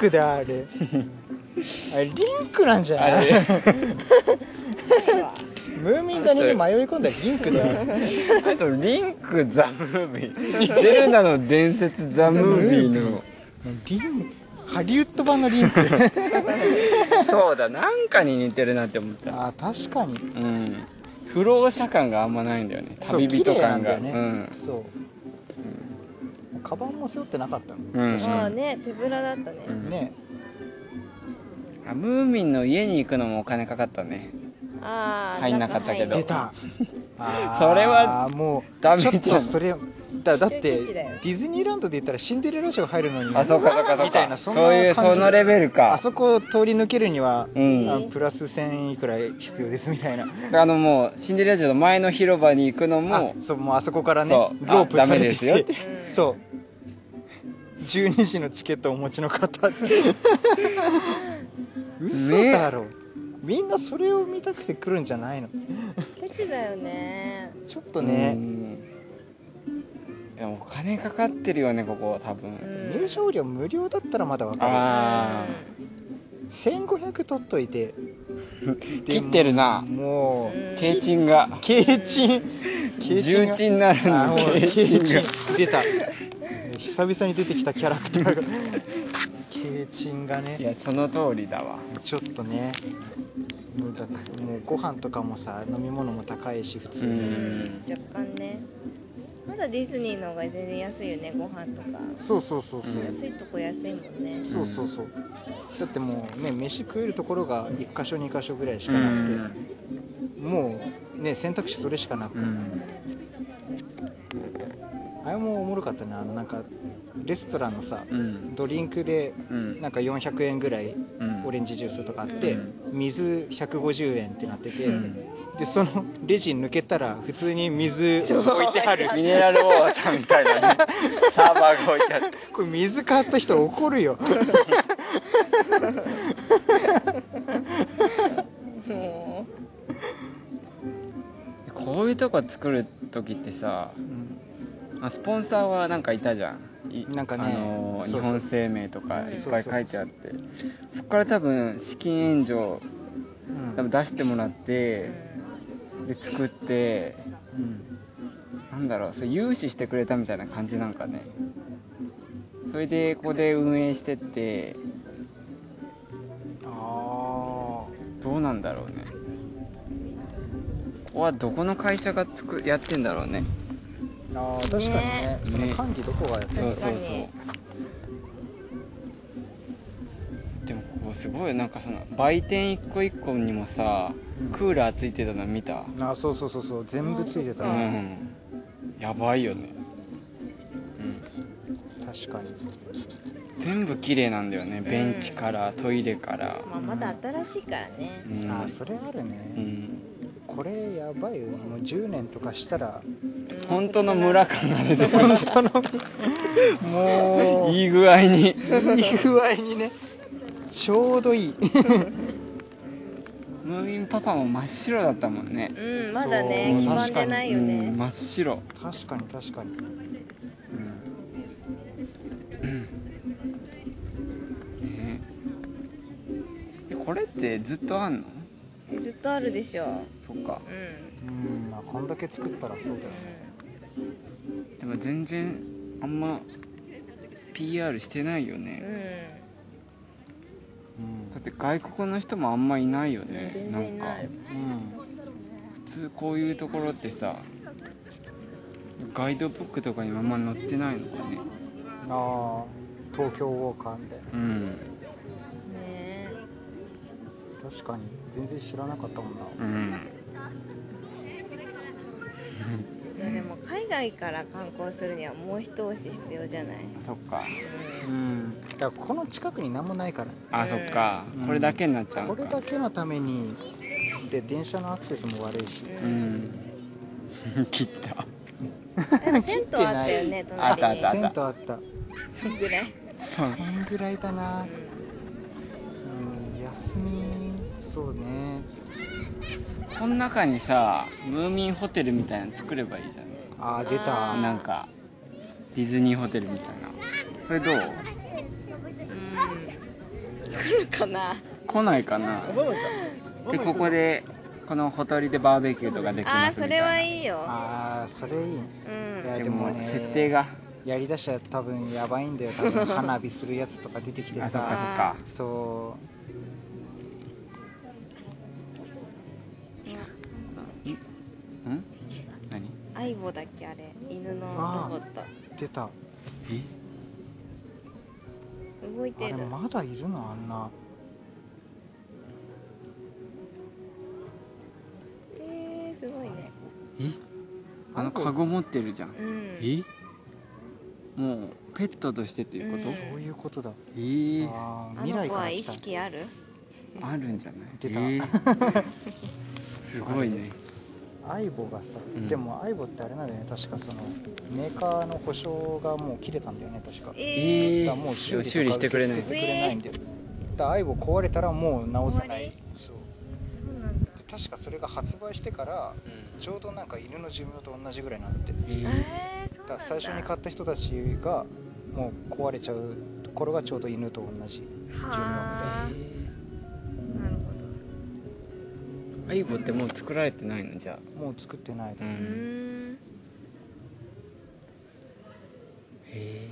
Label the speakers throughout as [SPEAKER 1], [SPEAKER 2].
[SPEAKER 1] クだあ れあれリンクなんじゃ
[SPEAKER 2] あ
[SPEAKER 1] ない
[SPEAKER 2] れ
[SPEAKER 1] ムーミン谷に迷い込んだリンクだよ
[SPEAKER 2] あとリンク・ザ・ムービーゼルダの伝説ザ・ムービーの
[SPEAKER 1] リンハリウッド版のリン ク
[SPEAKER 2] そうだなんかに似てるなって思った
[SPEAKER 1] あ確かに
[SPEAKER 2] うん不老者感があんまないんだよね
[SPEAKER 1] そう
[SPEAKER 2] 旅人感が
[SPEAKER 1] 綺麗
[SPEAKER 2] う
[SPEAKER 1] なんだよね
[SPEAKER 2] ん
[SPEAKER 1] そうカバンも背負ってなかったの
[SPEAKER 2] うん
[SPEAKER 1] 確か
[SPEAKER 3] まあね手ぶらだったね、
[SPEAKER 2] うん
[SPEAKER 1] にね
[SPEAKER 2] あムーミンの家に行くのもお金かかったね
[SPEAKER 3] ああ
[SPEAKER 2] 入んなかったけど
[SPEAKER 1] 出たあー
[SPEAKER 2] それは
[SPEAKER 1] もう
[SPEAKER 2] ダメじゃん
[SPEAKER 1] ちょっとそれだだってデ
[SPEAKER 3] 急に地だよ
[SPEAKER 1] ィズニーランドで言ったらシンデレラ城入るのに
[SPEAKER 2] あそうかそうかそうか
[SPEAKER 1] みたいなそんな
[SPEAKER 2] そういう
[SPEAKER 1] 感じ
[SPEAKER 2] そのレベルか
[SPEAKER 1] あそこを通り抜けるには、
[SPEAKER 2] うん
[SPEAKER 1] あプラス1000いくら必要ですみたいな
[SPEAKER 2] あのもうシンデレラ城の前の広場に行くのも
[SPEAKER 1] あそうもうあそこからね
[SPEAKER 2] そ
[SPEAKER 1] ロ
[SPEAKER 2] う
[SPEAKER 1] ープ
[SPEAKER 2] あ
[SPEAKER 1] され
[SPEAKER 2] ダメ
[SPEAKER 1] て
[SPEAKER 2] ですよって
[SPEAKER 1] てそう12時のチケットをお持ちの方 嘘だろ、みんなそれを見たくて来るんじゃないの
[SPEAKER 3] ケチだよね
[SPEAKER 1] ちょっとね、
[SPEAKER 2] うんでもお金かかってるよねここ多
[SPEAKER 3] う
[SPEAKER 2] 分
[SPEAKER 3] ん
[SPEAKER 1] 入場料無料だったらまだわか
[SPEAKER 2] あ
[SPEAKER 1] る1500取っといて
[SPEAKER 2] あ 切ってるな
[SPEAKER 1] も
[SPEAKER 3] うん
[SPEAKER 1] う
[SPEAKER 2] ケイチンが
[SPEAKER 1] 軽鎮
[SPEAKER 2] 重鎮な
[SPEAKER 1] あ
[SPEAKER 2] の
[SPEAKER 1] もう
[SPEAKER 2] に
[SPEAKER 1] ケイ
[SPEAKER 2] ケイチ
[SPEAKER 1] チ
[SPEAKER 2] ン
[SPEAKER 1] ン出た久々に出てきたキャラクターがケイチンがね
[SPEAKER 2] がいやその通りだわ
[SPEAKER 1] ちょっとねもうだってもうご飯とかもさ飲み物も高いし普通
[SPEAKER 2] う
[SPEAKER 3] う
[SPEAKER 1] に
[SPEAKER 3] ん
[SPEAKER 2] ん
[SPEAKER 3] 若干ねまだディズニーの方が全然安いよねご飯とか
[SPEAKER 1] そうそうそうそう、
[SPEAKER 2] うん
[SPEAKER 3] 安いとこ安いもんね
[SPEAKER 1] そうそうそうだってもうね飯食えるところが1箇所2箇所ぐらいしかなくて、もうね選択肢それしかなく、
[SPEAKER 2] うん
[SPEAKER 1] あれもおもろかったねあのなんかレストランのさ
[SPEAKER 2] うん
[SPEAKER 1] ドリンクで
[SPEAKER 2] うん
[SPEAKER 1] なんか400円ぐらい
[SPEAKER 2] うん
[SPEAKER 1] オレンジジュースとかあって、
[SPEAKER 2] う
[SPEAKER 1] 水150円ってなってて、
[SPEAKER 2] うん
[SPEAKER 1] でそのレジ抜けたら普通に水置いてある
[SPEAKER 2] ミネラルウォーターみたい なねサーバーが置いてある
[SPEAKER 1] これ水買った人怒るよ
[SPEAKER 3] もう
[SPEAKER 2] こういうとこ作る時ってさあスポンサーはなんかいたじゃんい
[SPEAKER 1] なんかね
[SPEAKER 2] あのー
[SPEAKER 1] そうそう
[SPEAKER 2] 日本生命とかいっぱい書いてあってそこから多分資金援助
[SPEAKER 1] うん
[SPEAKER 2] 多分出してもらっ
[SPEAKER 3] う
[SPEAKER 2] て
[SPEAKER 3] ん
[SPEAKER 2] で作って
[SPEAKER 1] うん
[SPEAKER 2] なんだろうそれ融資してくれたみたいな感じなんかねそれでここで運営してって
[SPEAKER 1] あ
[SPEAKER 2] どうなんだろうねここはどこの会社がつくやってんだろうね
[SPEAKER 1] ーあー確かにね
[SPEAKER 3] ね
[SPEAKER 1] その管理どこがやってる
[SPEAKER 2] そう
[SPEAKER 3] 確
[SPEAKER 2] そう
[SPEAKER 3] かに
[SPEAKER 2] そうでもここすごいなんかその売店一個一個にもさ
[SPEAKER 1] うん
[SPEAKER 2] クーラーついてたの見た
[SPEAKER 1] あーそうそうそうそう全部ついてた
[SPEAKER 2] う
[SPEAKER 3] あー
[SPEAKER 2] んやばいよねうん
[SPEAKER 1] 確かに
[SPEAKER 2] 全部綺麗なんだよねベンチからトイレから
[SPEAKER 3] まあ、まだ新しいからね
[SPEAKER 2] うん
[SPEAKER 1] あーそれあるね、
[SPEAKER 2] うん
[SPEAKER 1] これやばいよもう10年とかしたら
[SPEAKER 3] うん
[SPEAKER 2] 本当の村感が出てくるじゃん
[SPEAKER 1] もういい
[SPEAKER 2] いい具合に
[SPEAKER 1] 具合にねちょうどいい
[SPEAKER 2] ムーミンパパも真っ白だったもんね
[SPEAKER 3] うんまだ
[SPEAKER 1] そ
[SPEAKER 3] ね
[SPEAKER 1] う
[SPEAKER 3] 黄ばんでないよ
[SPEAKER 2] うん
[SPEAKER 3] ね
[SPEAKER 2] 真っ白
[SPEAKER 1] 確かに確かに
[SPEAKER 2] ねえこれってずっとあんの
[SPEAKER 3] ずっとあるでしょ
[SPEAKER 2] そっか
[SPEAKER 3] うんうん
[SPEAKER 1] うんまあこんだけ作ったらそうだよね
[SPEAKER 2] でも全然あんま PR してないよ
[SPEAKER 3] う
[SPEAKER 2] ね、
[SPEAKER 3] ん
[SPEAKER 1] うん
[SPEAKER 2] だって外国の人もあんまいないよね、
[SPEAKER 3] うん全
[SPEAKER 2] な
[SPEAKER 3] 然い
[SPEAKER 2] んか
[SPEAKER 3] ない
[SPEAKER 1] うん
[SPEAKER 2] 普通こういうところってさガイドブックとかにもあんま載ってないのかね
[SPEAKER 1] あー東京ウォーカーみたいな
[SPEAKER 2] うん
[SPEAKER 3] ね
[SPEAKER 1] 確かに全然知らなかったもんな
[SPEAKER 2] うん
[SPEAKER 3] えいやでも海外から観光するにはもう一押し必要じゃない、うん
[SPEAKER 2] そっか
[SPEAKER 1] うんだからこの近くに何もないからね
[SPEAKER 2] あそっか、
[SPEAKER 1] うん
[SPEAKER 2] これだけになっちゃう
[SPEAKER 1] こ
[SPEAKER 2] のか
[SPEAKER 1] れだけのためにで電車のアクセスも悪いし
[SPEAKER 3] う
[SPEAKER 2] うんん 切った
[SPEAKER 3] なんか銭湯あったよね
[SPEAKER 2] あったあ
[SPEAKER 3] 隣
[SPEAKER 2] っ
[SPEAKER 1] 銭湯あ
[SPEAKER 2] た
[SPEAKER 3] に
[SPEAKER 1] った
[SPEAKER 3] そんぐらい、
[SPEAKER 1] そんぐらいだな
[SPEAKER 3] う
[SPEAKER 1] うん休みそうね
[SPEAKER 2] この中にさムーミンホテルみたいなの作ればいいじゃん
[SPEAKER 1] ああ出た
[SPEAKER 3] あ
[SPEAKER 2] なんかディズニーホテルみたいなそれどうん
[SPEAKER 3] 来るかな
[SPEAKER 2] 来ないかな
[SPEAKER 4] オバマ行ったオバマ行
[SPEAKER 2] で
[SPEAKER 4] く
[SPEAKER 2] ここでこのほとりでバーベキューとかでき
[SPEAKER 3] あ
[SPEAKER 2] ま
[SPEAKER 3] あ
[SPEAKER 2] す
[SPEAKER 3] そ
[SPEAKER 2] みたいな
[SPEAKER 3] れはいいよ
[SPEAKER 1] ああそれいい
[SPEAKER 3] うん
[SPEAKER 1] いや
[SPEAKER 2] で
[SPEAKER 1] でも
[SPEAKER 2] も
[SPEAKER 1] ね
[SPEAKER 2] 設定が
[SPEAKER 1] やりだしたら多分やばいんだよ多分花火するやつとか出てきて
[SPEAKER 2] あそ
[SPEAKER 1] さ
[SPEAKER 2] っかそっ
[SPEAKER 1] そ
[SPEAKER 2] か
[SPEAKER 3] いやなんか
[SPEAKER 2] うん何
[SPEAKER 3] 相棒だっけあれ犬のロボット
[SPEAKER 1] う出た
[SPEAKER 2] え
[SPEAKER 3] 動い
[SPEAKER 1] あ
[SPEAKER 3] て
[SPEAKER 1] れ
[SPEAKER 3] る
[SPEAKER 1] まだいるのあんな
[SPEAKER 3] えー、すごいね
[SPEAKER 2] えあのカゴ持ってるじゃん
[SPEAKER 3] うん
[SPEAKER 2] えもうペットとしてっていうこと、
[SPEAKER 3] うん
[SPEAKER 1] そういうことだ
[SPEAKER 2] えー
[SPEAKER 1] あー
[SPEAKER 3] あ
[SPEAKER 1] 未
[SPEAKER 3] の
[SPEAKER 1] 来
[SPEAKER 3] 子
[SPEAKER 1] か
[SPEAKER 3] は
[SPEAKER 1] ら
[SPEAKER 3] 意
[SPEAKER 1] 来た
[SPEAKER 3] 識ある
[SPEAKER 2] あるんじゃない
[SPEAKER 1] 出た
[SPEAKER 2] え ーすごいね
[SPEAKER 1] 相棒がさ、
[SPEAKER 2] うん
[SPEAKER 1] でも相棒ってあれなんだよね確かそのメーカーの故障がもう切れたんだよね確か
[SPEAKER 3] えー、
[SPEAKER 1] だからもう修理とか
[SPEAKER 2] 修理してくれない
[SPEAKER 1] 受け付けてくれないんだよだから相棒壊れたらもう直せないそう
[SPEAKER 3] そうなんだ
[SPEAKER 1] で確かそれが発売してからちょうどなんか犬の寿命と同じぐらいなんだってだ
[SPEAKER 2] えー
[SPEAKER 3] えー、そうなん
[SPEAKER 1] か
[SPEAKER 3] だ
[SPEAKER 1] ら最初に買った人たちがもう壊れちゃうこれがちょうど犬と同じ
[SPEAKER 3] はあなるほど
[SPEAKER 2] アイゴってもう作られてないのじゃ
[SPEAKER 1] もう作ってないだ
[SPEAKER 2] あ、う
[SPEAKER 1] ろ
[SPEAKER 3] うー
[SPEAKER 2] ん、
[SPEAKER 3] ん
[SPEAKER 2] へ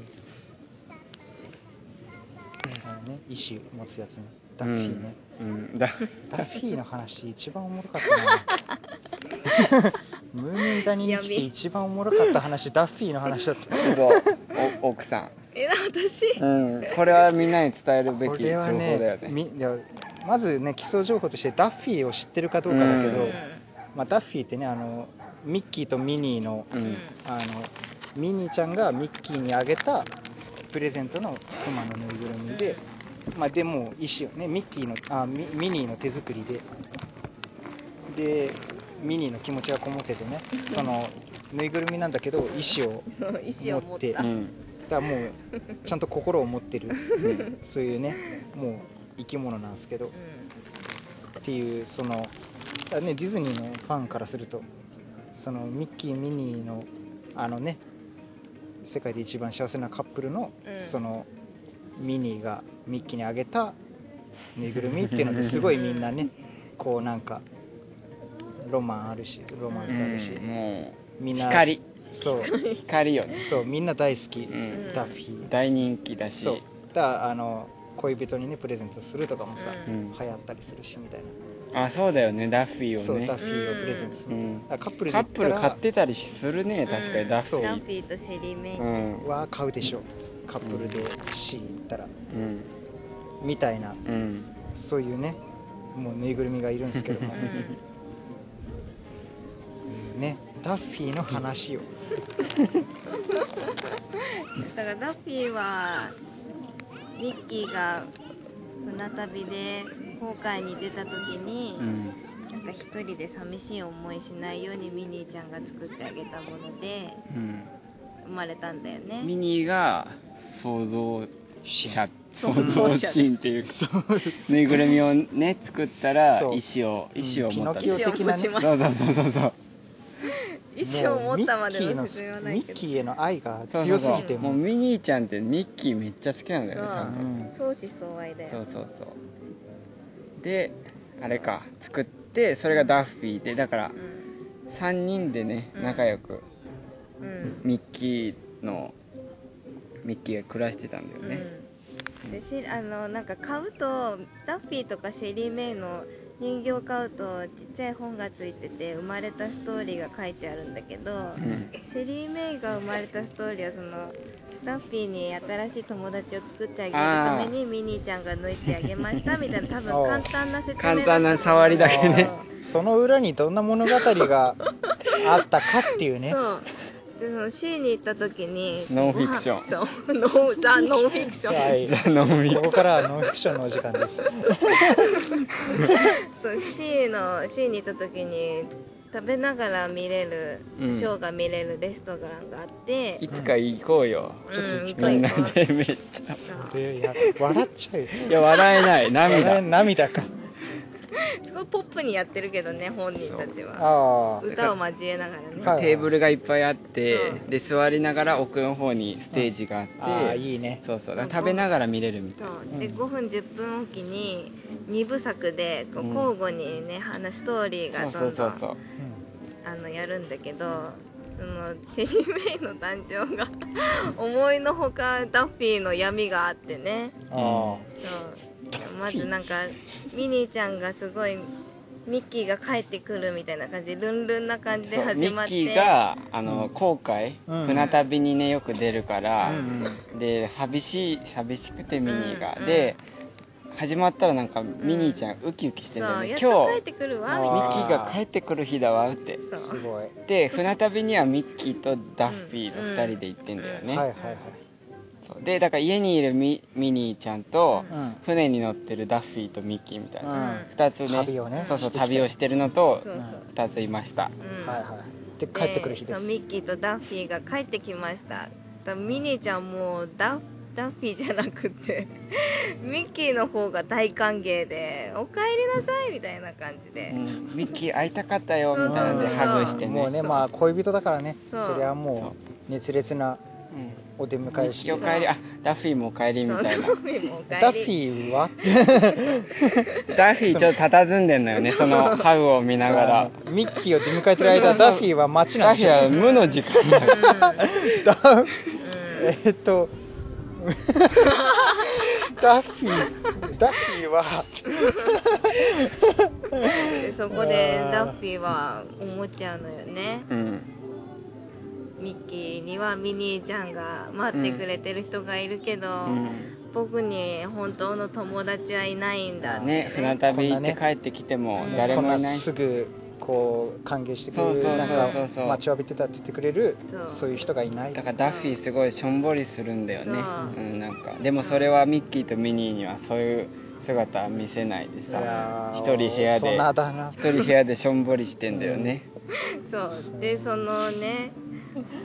[SPEAKER 1] あのね意思持つやつねダッフィーね、
[SPEAKER 2] え、うん、 だ
[SPEAKER 1] ダッフィーの話一番おもろかった なムーミン谷に来て一番おもろかった話ダッフィーの話だった
[SPEAKER 2] ちょっとお奥さ
[SPEAKER 3] えな私
[SPEAKER 2] ん、うん、これはみんなに伝えるべ
[SPEAKER 1] こ
[SPEAKER 2] き情
[SPEAKER 1] れ
[SPEAKER 2] 報
[SPEAKER 1] は
[SPEAKER 2] だよ
[SPEAKER 1] ね
[SPEAKER 2] ね
[SPEAKER 1] みいやまずね基礎情報としてダッフィーを知ってるかどうかだけど、
[SPEAKER 2] う
[SPEAKER 1] まあ、ダッフィーってねあのミッキーとミニーの
[SPEAKER 2] う
[SPEAKER 3] うん
[SPEAKER 2] ん、
[SPEAKER 1] あのミニーちゃんがミッキーにあげたプレゼントのクマのぬいぐるみで、まあ、でも石をねミッキーのあミミニーの手作りででミニーの気持ちがこもっててねそのぬいぐるみなんだけど石を
[SPEAKER 3] そう意思を持っ
[SPEAKER 2] う
[SPEAKER 3] た
[SPEAKER 2] ん
[SPEAKER 1] だからもうちゃんと心を持ってる
[SPEAKER 2] うん
[SPEAKER 1] そういうねもう生き物なんですけどっていうそのだ、ね、ディズニーのファンからするとそのミッキーミニーのあのね世界で一番幸せなカップルの、
[SPEAKER 3] うん
[SPEAKER 1] そのミニーがミッキーにあげたぬいぐるみっていう のですごいみんなねこうなんかロマンあるしロマンスあるし、
[SPEAKER 2] も
[SPEAKER 1] み
[SPEAKER 2] うん
[SPEAKER 1] な
[SPEAKER 2] 光
[SPEAKER 1] そう
[SPEAKER 2] 光よね、
[SPEAKER 1] そうみんな大好き、
[SPEAKER 2] うん、
[SPEAKER 1] ダッフィー
[SPEAKER 2] 大人気だし
[SPEAKER 1] そうだからあの恋人にねプレゼントするとかもさ、
[SPEAKER 3] うん
[SPEAKER 1] 流行ったりするしみたいな
[SPEAKER 2] あそうだよねダッフィー
[SPEAKER 1] そ
[SPEAKER 2] を
[SPEAKER 1] う
[SPEAKER 2] ね
[SPEAKER 1] ダッフィーをプレゼントする、
[SPEAKER 2] う
[SPEAKER 1] だ
[SPEAKER 2] ん
[SPEAKER 1] からカップルで
[SPEAKER 2] カ
[SPEAKER 1] 行
[SPEAKER 2] ッ
[SPEAKER 1] った
[SPEAKER 2] プ
[SPEAKER 1] ら
[SPEAKER 2] ル買ってたりするね確かにダッフ
[SPEAKER 1] そう
[SPEAKER 3] ダッ
[SPEAKER 2] ィ
[SPEAKER 3] フィーとシェリーメイ
[SPEAKER 2] ー
[SPEAKER 3] ン、
[SPEAKER 2] うん
[SPEAKER 1] は買うでしょカップルで C 行ったら
[SPEAKER 2] うん
[SPEAKER 1] みたいな
[SPEAKER 2] うん
[SPEAKER 1] そういうねもうぬいぐるみがいるんですけ ども
[SPEAKER 3] うん
[SPEAKER 1] ねダッフィーの話を
[SPEAKER 3] だからダッフィーはミッキーが船旅で航海に出た時に、
[SPEAKER 2] うん
[SPEAKER 3] なんか一人で寂しい思いしないようにミニーちゃんが作ってあげたもので
[SPEAKER 2] うん
[SPEAKER 3] 生まれたんだよね
[SPEAKER 2] ミニーが想像
[SPEAKER 1] し
[SPEAKER 2] 者想像シーンっていうかぬいぐるみをね作ったら
[SPEAKER 1] そう
[SPEAKER 2] 石を
[SPEAKER 1] うん
[SPEAKER 2] 石を持った
[SPEAKER 1] ピノキオ的なね
[SPEAKER 3] 石を持ちま
[SPEAKER 2] そうそうそうそうそう
[SPEAKER 3] 意思を持ったまで
[SPEAKER 1] も
[SPEAKER 3] の
[SPEAKER 1] うミッ
[SPEAKER 3] 説
[SPEAKER 1] キ
[SPEAKER 3] 明は
[SPEAKER 1] ーの
[SPEAKER 3] ない
[SPEAKER 1] ミ
[SPEAKER 3] け
[SPEAKER 1] ッ
[SPEAKER 3] ど
[SPEAKER 1] キーへの愛が
[SPEAKER 2] そう
[SPEAKER 1] 強すぎ
[SPEAKER 2] そ
[SPEAKER 1] て
[SPEAKER 2] うもう
[SPEAKER 1] も
[SPEAKER 2] ミニーちゃんってミッキーめっちゃ好きなんだよね多
[SPEAKER 1] う
[SPEAKER 2] 分
[SPEAKER 1] ん
[SPEAKER 3] 相思相愛だよ
[SPEAKER 2] そうそうそうであれか作ってそれがダッフィーでだから
[SPEAKER 3] うん
[SPEAKER 2] 3人でね
[SPEAKER 3] うん
[SPEAKER 2] 仲良く
[SPEAKER 3] うん
[SPEAKER 2] ミッキーのミッキーが暮らしてたんだよね、
[SPEAKER 3] うんでしあのなんか買うとダッフィーとかシェリー・メイの人形を買うとちっちゃい本がついてて生まれたストーリーが書いてあるんだけど、
[SPEAKER 2] うん
[SPEAKER 3] シェリー・メイが生まれたストーリーはそのダッフィーに新しい友達を作ってあげるためにミニーちゃんが抜いてあげましたみたいな 多分簡単な説明だった
[SPEAKER 2] 簡単な触りだけね
[SPEAKER 1] その裏にどんな物語があったかっていうね
[SPEAKER 3] そうでその C に行った時に
[SPEAKER 2] ノンフィクション
[SPEAKER 3] ンそうノンザ・ノンフィクション、
[SPEAKER 1] はい
[SPEAKER 2] ザ・ノンミ
[SPEAKER 1] こ
[SPEAKER 2] ッ
[SPEAKER 1] こ
[SPEAKER 2] ク
[SPEAKER 1] からはノンフィクションのお時間です
[SPEAKER 3] そう C の C に行った時に食べながら見れる、
[SPEAKER 2] うん
[SPEAKER 3] ショーが見れるレストランがあって
[SPEAKER 2] いつか行こうよ、
[SPEAKER 3] ちょっと行
[SPEAKER 2] みんな でめっちゃ
[SPEAKER 1] そ
[SPEAKER 3] そ
[SPEAKER 1] うれや笑っちゃうよ
[SPEAKER 2] いや笑えな
[SPEAKER 1] あ
[SPEAKER 2] い
[SPEAKER 1] れ
[SPEAKER 2] 涙
[SPEAKER 1] 涙か
[SPEAKER 3] そごいポップにやってるけどね本人たちは
[SPEAKER 1] あー
[SPEAKER 3] 歌を交えながらね、
[SPEAKER 1] はい
[SPEAKER 2] テーブルがいっぱいあって、
[SPEAKER 3] うん
[SPEAKER 2] で座りながら奥の方にステージがあって、
[SPEAKER 1] あーいいね
[SPEAKER 2] そうそうだから食べながら見れるみたいな
[SPEAKER 3] そうで
[SPEAKER 1] うん
[SPEAKER 3] 5分10分おきに2部作でこう
[SPEAKER 2] うん
[SPEAKER 3] 交互にね、話ストーリーがど
[SPEAKER 2] そうん
[SPEAKER 3] ど
[SPEAKER 2] そ
[SPEAKER 3] ん
[SPEAKER 2] うそうそう
[SPEAKER 3] あのやるんだけどそのシリメイの誕生が 思いのほかダッフィーの闇があってね
[SPEAKER 1] うんあ
[SPEAKER 3] そうまずなんかミニーちゃんがすごいミッキーが帰ってくるみたいな感じでルンルンな感じで
[SPEAKER 2] そう
[SPEAKER 3] 始
[SPEAKER 2] ミ
[SPEAKER 3] まっ
[SPEAKER 2] ッ
[SPEAKER 3] て
[SPEAKER 2] キーがあの航海、
[SPEAKER 1] うん
[SPEAKER 2] 船旅にねよく出るから、
[SPEAKER 1] あうん
[SPEAKER 2] で寂しい寂しくてミニーが、
[SPEAKER 3] うん
[SPEAKER 2] で始まったらなんかミニーちゃんウキウキしてるんだよ
[SPEAKER 3] そう
[SPEAKER 2] ね、
[SPEAKER 3] や
[SPEAKER 2] 今日ミッ
[SPEAKER 3] っと帰ってくる
[SPEAKER 1] あ
[SPEAKER 3] わ
[SPEAKER 1] ー
[SPEAKER 3] みたい
[SPEAKER 2] キーが帰ってくる日だわって
[SPEAKER 1] う
[SPEAKER 3] なんそ
[SPEAKER 1] す
[SPEAKER 3] う
[SPEAKER 1] ごいはい
[SPEAKER 2] で船旅にはミッキーとダッフィーの2人で行ってんだよね、
[SPEAKER 1] はいはい
[SPEAKER 2] そうでだから家にいるミミニーちゃんと、
[SPEAKER 3] う
[SPEAKER 1] はい
[SPEAKER 2] 船に乗ってるダッフィーとミッキーみたいな、
[SPEAKER 1] うん
[SPEAKER 2] 2つね
[SPEAKER 1] 旅をね
[SPEAKER 2] そうそう
[SPEAKER 1] してきた
[SPEAKER 2] 旅をしてるのと
[SPEAKER 3] そうそう、
[SPEAKER 2] 2ついました
[SPEAKER 3] うん
[SPEAKER 1] はいはいで帰ってくる日です
[SPEAKER 3] そうミッキーとダッフィーが帰ってきましたそしたらミニーちゃんもうダッダッフィーじゃなくて ミッキーの方が大歓迎で「おかえりなさい」みたいな感じで、
[SPEAKER 2] うんミッキー会いたかったよみたいなの
[SPEAKER 1] そうそ
[SPEAKER 2] で
[SPEAKER 1] うそう
[SPEAKER 2] ハグしてね
[SPEAKER 1] もうねまあ恋人だからね
[SPEAKER 3] そう
[SPEAKER 1] そりゃ
[SPEAKER 2] そ
[SPEAKER 1] もう
[SPEAKER 2] う
[SPEAKER 1] 熱烈な
[SPEAKER 2] うん
[SPEAKER 1] お出
[SPEAKER 2] ミ
[SPEAKER 1] 迎え
[SPEAKER 2] ッ
[SPEAKER 1] し
[SPEAKER 2] キー
[SPEAKER 1] て
[SPEAKER 2] お帰りあダッフィーもお帰りみ
[SPEAKER 3] そう
[SPEAKER 2] た
[SPEAKER 3] ダ
[SPEAKER 2] いな
[SPEAKER 3] ッフィーも「おかえり」
[SPEAKER 1] ダッフィーは
[SPEAKER 2] ダッフィーちょっと佇んでんの よねそのハグを見ながら
[SPEAKER 1] ミッキーを出迎えてる間ダッフィーは街な
[SPEAKER 2] ダ
[SPEAKER 1] ん
[SPEAKER 2] ッ
[SPEAKER 1] で
[SPEAKER 2] フィ
[SPEAKER 1] し
[SPEAKER 2] ーは
[SPEAKER 1] ょ
[SPEAKER 2] 無の時間だよ
[SPEAKER 1] ダッ
[SPEAKER 3] うん
[SPEAKER 1] えーっ とダッフィーダッフィーは
[SPEAKER 3] でそこで
[SPEAKER 1] あー
[SPEAKER 3] ダッフィーは思っちゃうのよね
[SPEAKER 2] うん
[SPEAKER 3] ミッキーにはミニーちゃんが待ってくれてる人がいるけど、
[SPEAKER 2] うん
[SPEAKER 3] 僕に本当の友達はいないんだって
[SPEAKER 2] ね船旅行って帰ってきても
[SPEAKER 3] うん
[SPEAKER 2] 誰
[SPEAKER 1] こん
[SPEAKER 2] も
[SPEAKER 1] ない
[SPEAKER 2] ない
[SPEAKER 1] すぐこう歓迎してくれ
[SPEAKER 2] そう
[SPEAKER 1] る
[SPEAKER 2] そう
[SPEAKER 3] そう
[SPEAKER 1] なん
[SPEAKER 3] そう
[SPEAKER 2] そ
[SPEAKER 1] か
[SPEAKER 2] う
[SPEAKER 1] 待ちわびてたって言ってくれる
[SPEAKER 3] そう
[SPEAKER 1] そういう人がいない
[SPEAKER 2] だからダッフィーすごいしょんぼりするんだよね
[SPEAKER 3] そう
[SPEAKER 2] うんなんかでもそれはミッキーとミニーにはそういう姿は見せないで
[SPEAKER 1] い
[SPEAKER 2] さ
[SPEAKER 1] やー
[SPEAKER 2] 一人部屋で
[SPEAKER 1] 大人だな
[SPEAKER 2] 一人部屋でしょんぼりしてんだよね
[SPEAKER 3] そうでそのね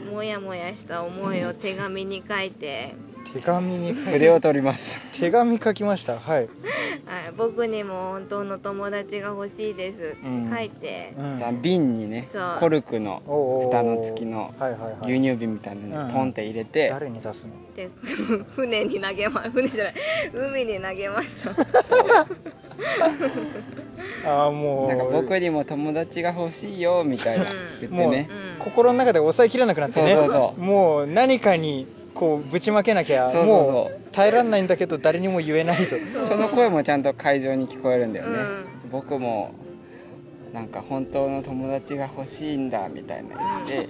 [SPEAKER 3] もやもやした思いを手紙に書いて
[SPEAKER 1] 手紙に 書い
[SPEAKER 2] 筆を取ります
[SPEAKER 1] 手紙書きましたはい、
[SPEAKER 3] 「はい僕にも本当の友達が欲しいです」
[SPEAKER 2] うん
[SPEAKER 3] 書いて
[SPEAKER 1] う
[SPEAKER 2] だから瓶にね
[SPEAKER 3] そう
[SPEAKER 2] コルクの
[SPEAKER 1] おー
[SPEAKER 2] 蓋の付きの
[SPEAKER 1] はいはいはい
[SPEAKER 2] 牛乳瓶みたいなの
[SPEAKER 1] うん
[SPEAKER 2] にポンって入れて、
[SPEAKER 1] 誰に出すの
[SPEAKER 3] で 船に投げま船じゃない海に投げました
[SPEAKER 1] ああもう
[SPEAKER 2] なんか僕にも友達が欲しいよみたいな
[SPEAKER 3] うん
[SPEAKER 2] 言って
[SPEAKER 1] もう、
[SPEAKER 2] ね
[SPEAKER 3] うん
[SPEAKER 1] 心の中で抑えきれなくなってね
[SPEAKER 2] そうそうそう
[SPEAKER 1] もう何かにこうぶちまけなきゃ
[SPEAKER 2] そうそうそう
[SPEAKER 1] もう耐えられないんだけど誰にも言えないと
[SPEAKER 2] その声もちゃんと会場に聞こえるんだよね、
[SPEAKER 3] う
[SPEAKER 2] 僕もなんか本当の友達が欲しいんだみたいな言って、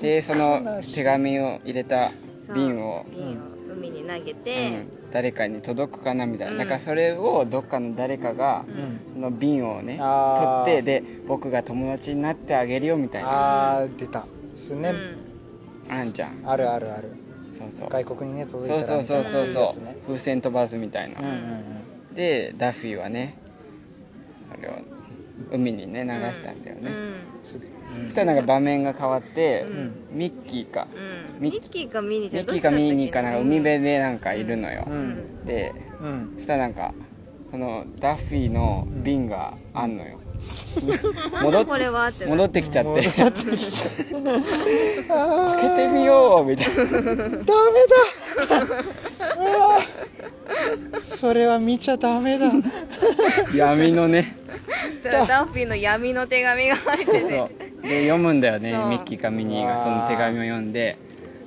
[SPEAKER 2] でその
[SPEAKER 1] 悲しい
[SPEAKER 2] 手紙を入れた
[SPEAKER 3] そう
[SPEAKER 2] 瓶を、
[SPEAKER 3] 瓶を海に投げ
[SPEAKER 2] う
[SPEAKER 3] て、
[SPEAKER 2] ん、誰かに届くかなみたいな、
[SPEAKER 3] うん
[SPEAKER 2] なんかそれをどっかの誰かが、
[SPEAKER 3] うん
[SPEAKER 2] その瓶をね取
[SPEAKER 1] あ
[SPEAKER 2] っ
[SPEAKER 1] ー
[SPEAKER 2] てで僕が友達になってあげるよみたいな
[SPEAKER 1] あー出たですね、
[SPEAKER 3] うん
[SPEAKER 2] あんちゃん
[SPEAKER 1] あるあるある
[SPEAKER 2] そうそう
[SPEAKER 1] 外国にね届いた
[SPEAKER 2] そう
[SPEAKER 1] ら
[SPEAKER 2] そうそうそう
[SPEAKER 1] みたいなや
[SPEAKER 2] そ
[SPEAKER 1] つ
[SPEAKER 2] う、
[SPEAKER 1] ね
[SPEAKER 2] 風船飛ばすみたいな、
[SPEAKER 1] うんうん
[SPEAKER 2] でダッフィーはねあれを海にね流したんだよ
[SPEAKER 3] う
[SPEAKER 2] ね、
[SPEAKER 3] ん
[SPEAKER 2] そしたらなんか場面が変わって、
[SPEAKER 1] ん
[SPEAKER 2] ミッキーか、
[SPEAKER 3] うん
[SPEAKER 2] ミッ
[SPEAKER 3] ミッキーかミニーちゃ
[SPEAKER 2] ミ
[SPEAKER 3] ん
[SPEAKER 2] ッキーかミニーかなんか海辺
[SPEAKER 3] で
[SPEAKER 2] でなんかいるのよ、
[SPEAKER 1] うんうん
[SPEAKER 2] で
[SPEAKER 1] うん、うん
[SPEAKER 2] そしたらなんかそのダッフィーの瓶があんの よ、戻っ
[SPEAKER 3] これはってな
[SPEAKER 2] 戻ってきちゃって
[SPEAKER 1] 戻
[SPEAKER 2] 開
[SPEAKER 1] ってきちゃうあ
[SPEAKER 2] けてみようみたいな
[SPEAKER 1] ーダメだうわーそれは見ちゃダメだ
[SPEAKER 2] 闇のね
[SPEAKER 3] そしたらダッフィーの闇の手紙が入って
[SPEAKER 2] そ
[SPEAKER 3] て
[SPEAKER 2] うで読むんだよね
[SPEAKER 3] そう
[SPEAKER 2] ミッキーかミニーがその手紙を読んで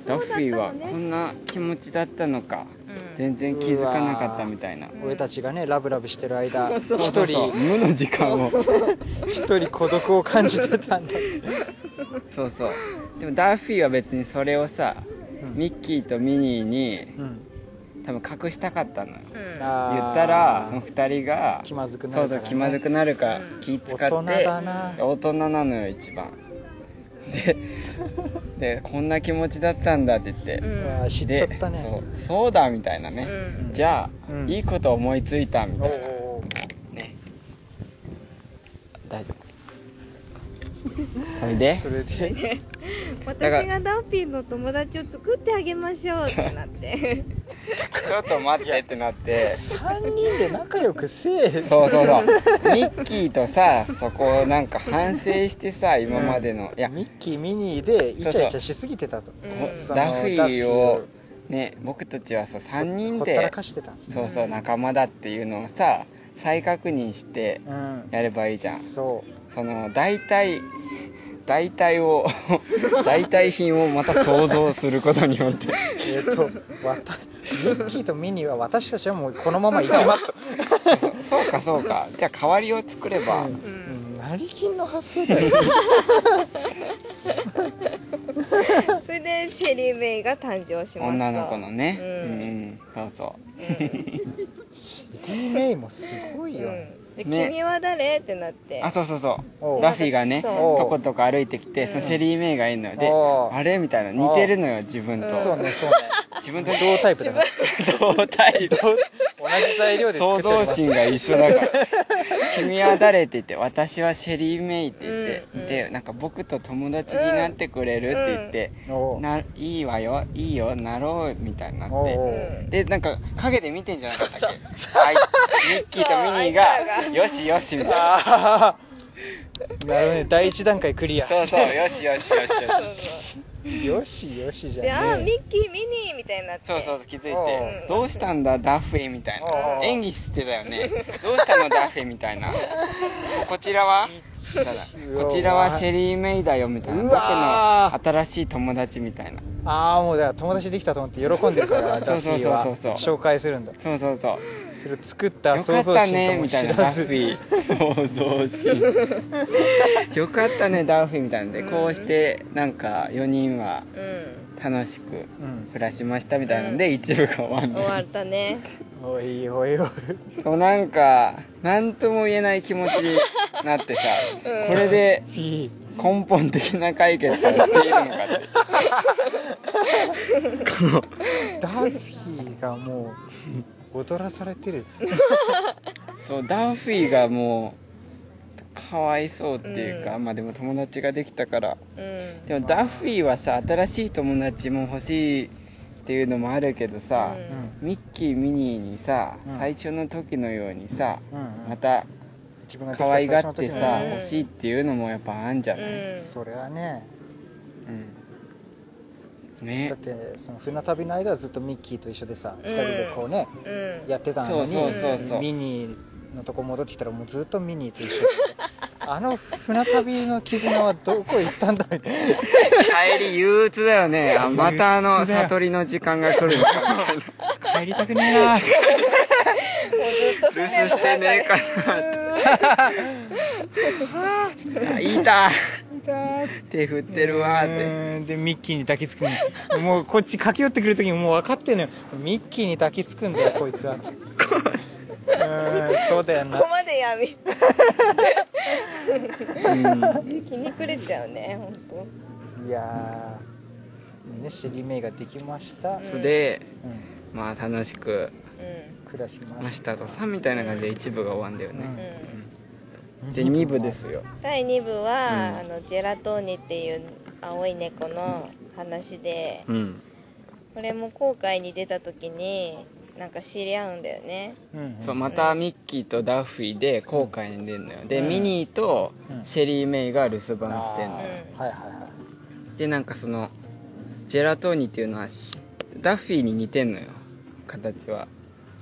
[SPEAKER 3] うだ
[SPEAKER 2] ダ
[SPEAKER 3] っ
[SPEAKER 2] ッ
[SPEAKER 3] たのね
[SPEAKER 2] フィーはこんな気持ちだったのか
[SPEAKER 3] うん
[SPEAKER 2] 全然気づかなかったみたいな
[SPEAKER 1] 俺たちがねラブラブしてる間一
[SPEAKER 2] そうそうそう
[SPEAKER 1] 人
[SPEAKER 2] 無の時間を
[SPEAKER 1] 一人孤独を感じてたんだって
[SPEAKER 2] そうそうでもダッフィーは別にそれをさ
[SPEAKER 1] うん
[SPEAKER 2] ミッキーとミニー
[SPEAKER 1] う
[SPEAKER 2] に
[SPEAKER 1] ん
[SPEAKER 2] 多分隠したかったのよ
[SPEAKER 3] うん
[SPEAKER 1] あー
[SPEAKER 2] 言ったらその2人が
[SPEAKER 1] 気まずくなるからね
[SPEAKER 2] そうそう気まずくなるから
[SPEAKER 3] うん
[SPEAKER 2] 気使って
[SPEAKER 1] 大人だな
[SPEAKER 2] 大人なのよ一番ででこんな気持ちだったんだって言って、
[SPEAKER 3] う
[SPEAKER 1] うんわー知っちゃった
[SPEAKER 2] で
[SPEAKER 1] ね
[SPEAKER 2] そうそうだみたいなね、
[SPEAKER 3] うん
[SPEAKER 2] じゃあ、
[SPEAKER 1] うん
[SPEAKER 2] いいこと思いついたみ
[SPEAKER 1] お
[SPEAKER 2] たいな
[SPEAKER 1] お
[SPEAKER 2] ね大丈夫それで
[SPEAKER 1] それで
[SPEAKER 3] 私がダッフィーの友達を作ってあげましょうってなって
[SPEAKER 2] ちょっと待ってってなって
[SPEAKER 1] 3人で仲良くせえ
[SPEAKER 2] そうそうそうミッキーとさそこをなんか反省してさ今までの、いや
[SPEAKER 1] ミッキーミニーでイチャイチャしすぎてたと
[SPEAKER 3] うん
[SPEAKER 1] その
[SPEAKER 2] ダッフィーをね僕たちはさ3人
[SPEAKER 1] ほったら
[SPEAKER 2] で
[SPEAKER 1] かしてた
[SPEAKER 2] そうそう仲間だっていうのをさ再確認して
[SPEAKER 1] うん
[SPEAKER 2] やればいいじゃん
[SPEAKER 1] そう
[SPEAKER 2] その代替代 替を代替品をまた想像することに よって
[SPEAKER 1] えっ、とわたミッキーとミニーは私たちはもうこのまま行きますと
[SPEAKER 2] そうかそうかじゃあ代わりを作れば、
[SPEAKER 1] うん
[SPEAKER 3] うん
[SPEAKER 1] 成金の発想だよ
[SPEAKER 3] それでシェリー・メイが誕生しました
[SPEAKER 2] 女の子のねうん、そうそう
[SPEAKER 3] うんうん
[SPEAKER 1] シティメイもすごいよ、
[SPEAKER 3] うんで
[SPEAKER 2] ね
[SPEAKER 3] 君は誰ってなって
[SPEAKER 2] あそうそうそう
[SPEAKER 1] おう
[SPEAKER 2] ダッフィーがね
[SPEAKER 3] そう
[SPEAKER 2] とことこ歩いてきて
[SPEAKER 3] うん
[SPEAKER 2] そのシェリー・メイがいるのよで
[SPEAKER 1] おう
[SPEAKER 2] あれみたいな似てるのよ自分と
[SPEAKER 3] うん
[SPEAKER 1] そうねそうね
[SPEAKER 2] 自分と
[SPEAKER 1] 同タイプだから
[SPEAKER 2] 同体
[SPEAKER 1] 同じ材料で作
[SPEAKER 2] 想
[SPEAKER 1] っており
[SPEAKER 2] 像
[SPEAKER 1] ます
[SPEAKER 2] 心が一緒だから 「君は誰?」って言って「私はシェリー・メイ」って言って、
[SPEAKER 3] うんうん
[SPEAKER 2] でなんか僕と友達になってくれるって言って「
[SPEAKER 1] おう
[SPEAKER 2] ないいわよいいよなろう」みたいになっ
[SPEAKER 1] おう
[SPEAKER 2] て
[SPEAKER 1] おう
[SPEAKER 2] でなんか影で見てんじゃなかったっけはいミッキーとミニーが「よしよし」みたいな
[SPEAKER 1] ああなるほどね第一段階クリア
[SPEAKER 2] そうそうよしよしよしよ
[SPEAKER 3] そう
[SPEAKER 2] し
[SPEAKER 3] そう
[SPEAKER 1] よしよしじゃ
[SPEAKER 3] であ
[SPEAKER 1] ね
[SPEAKER 3] ーミ
[SPEAKER 1] え
[SPEAKER 3] ッキーミニーみたいになって
[SPEAKER 2] そうそう気づい
[SPEAKER 1] お
[SPEAKER 2] て「
[SPEAKER 3] う
[SPEAKER 2] どうしたんだダッフィー」みたい
[SPEAKER 1] お
[SPEAKER 2] な
[SPEAKER 1] う
[SPEAKER 2] 演技してたよね「どうしたのダッフィー」みたいな「こちらは?」みたいな「こちらはシェリー・メイだよ」みたいな
[SPEAKER 1] う
[SPEAKER 2] 僕の
[SPEAKER 1] わー
[SPEAKER 2] 新しい友達みたいな
[SPEAKER 1] ああもうだから友達できたと思って喜んでるから
[SPEAKER 2] そ
[SPEAKER 1] ダ
[SPEAKER 2] う
[SPEAKER 1] ッフ
[SPEAKER 2] そうそうそう
[SPEAKER 1] ィーは紹介するんだ
[SPEAKER 2] そうそうそう
[SPEAKER 1] それを作っ
[SPEAKER 2] 「
[SPEAKER 1] た
[SPEAKER 2] よか
[SPEAKER 1] 想
[SPEAKER 2] っ
[SPEAKER 1] 像
[SPEAKER 2] た
[SPEAKER 1] 心
[SPEAKER 2] ね」
[SPEAKER 1] とも
[SPEAKER 2] みたい
[SPEAKER 1] 知ら
[SPEAKER 2] なダッ
[SPEAKER 1] ず
[SPEAKER 2] フィー想像心よかったねダッフィーみたいなんでこうしてなんか4人は
[SPEAKER 3] うん
[SPEAKER 2] 楽しく
[SPEAKER 1] うん
[SPEAKER 2] 暮らしましたみたいなんで一部が終わん
[SPEAKER 3] 終わ
[SPEAKER 2] ね
[SPEAKER 3] ったね
[SPEAKER 1] おいおいおい
[SPEAKER 2] そうなんか何とも言えない気持ちになってさ
[SPEAKER 3] う
[SPEAKER 2] こ
[SPEAKER 3] ん
[SPEAKER 2] れで
[SPEAKER 1] フィー
[SPEAKER 2] 根本的な解決をしているのかって
[SPEAKER 1] ダッフィーがもう踊らされてる
[SPEAKER 2] そうダンフィーがもうかわいそうっていうか、まあでも友達ができたから
[SPEAKER 3] うん
[SPEAKER 2] でもダンフィーはさ新しい友達も欲しいっていうのもあるけどさ、
[SPEAKER 1] う
[SPEAKER 3] うん
[SPEAKER 1] ん
[SPEAKER 2] ミッキーミニーにさ、
[SPEAKER 1] うん
[SPEAKER 2] 最初の時のようにさ
[SPEAKER 1] うん
[SPEAKER 2] また
[SPEAKER 1] 自分が
[SPEAKER 2] 可愛がって
[SPEAKER 1] の
[SPEAKER 2] さ、
[SPEAKER 3] うん
[SPEAKER 2] 欲しいっていうのもやっぱあんじゃない、うん
[SPEAKER 3] うん
[SPEAKER 1] それはねだ
[SPEAKER 2] ね
[SPEAKER 1] ってその船旅の間はずっとミッキーと一緒でさ
[SPEAKER 3] ん
[SPEAKER 1] 2人でこうね
[SPEAKER 3] うん
[SPEAKER 1] やってたのに
[SPEAKER 2] そう
[SPEAKER 3] そうそう
[SPEAKER 2] そう
[SPEAKER 1] ミニーのとこ戻ってきたらもうずっとミニーと一緒であの船旅の絆はどこ行ったんだみたいな
[SPEAKER 2] 帰り憂鬱だよ ねあまたあ
[SPEAKER 1] 憂
[SPEAKER 2] の
[SPEAKER 1] 鬱だよ
[SPEAKER 2] 悟りの時間が来るのかみたいな
[SPEAKER 1] 帰りたくねえな
[SPEAKER 3] もうずっ と
[SPEAKER 2] 留
[SPEAKER 3] 船の
[SPEAKER 2] 守してね
[SPEAKER 3] 中
[SPEAKER 2] え
[SPEAKER 3] で
[SPEAKER 2] かな って。いた手振ってるわーって。
[SPEAKER 1] うーんでミッキーに抱きつくのもうこっち駆け寄ってくる時にもう分かってんのよミッキーに抱きつくんだよこいつはうーんそうだよな
[SPEAKER 3] ここまで闇
[SPEAKER 2] うん
[SPEAKER 3] 気にくれちゃうね本当
[SPEAKER 1] いやーねシェリーメイができました、うん
[SPEAKER 2] それで、
[SPEAKER 1] う
[SPEAKER 2] まあ楽しく
[SPEAKER 3] うん
[SPEAKER 1] ん、暮らしま
[SPEAKER 2] ま
[SPEAKER 1] し
[SPEAKER 2] したたとさみたいな感じで一部が終わんだよ
[SPEAKER 3] う
[SPEAKER 2] ね。
[SPEAKER 3] ん
[SPEAKER 2] うんで二部ですよ。
[SPEAKER 3] 第2部は、
[SPEAKER 2] う
[SPEAKER 3] あのジェラトーニっていう青い猫の話で、
[SPEAKER 2] うん。
[SPEAKER 3] これも航海に出た時になんか知り合うんだよね
[SPEAKER 1] うんうん
[SPEAKER 2] そうまたミッキーとダッフィーで航海に出るのよ。で
[SPEAKER 1] うん
[SPEAKER 2] ミニーと
[SPEAKER 1] うん
[SPEAKER 2] シェリーメイが留守番して
[SPEAKER 1] あ
[SPEAKER 2] んのよ。
[SPEAKER 1] ーはいはいは
[SPEAKER 2] でなんかそのジェラトーニっていうのはしダッフィーに似てんのよ形は。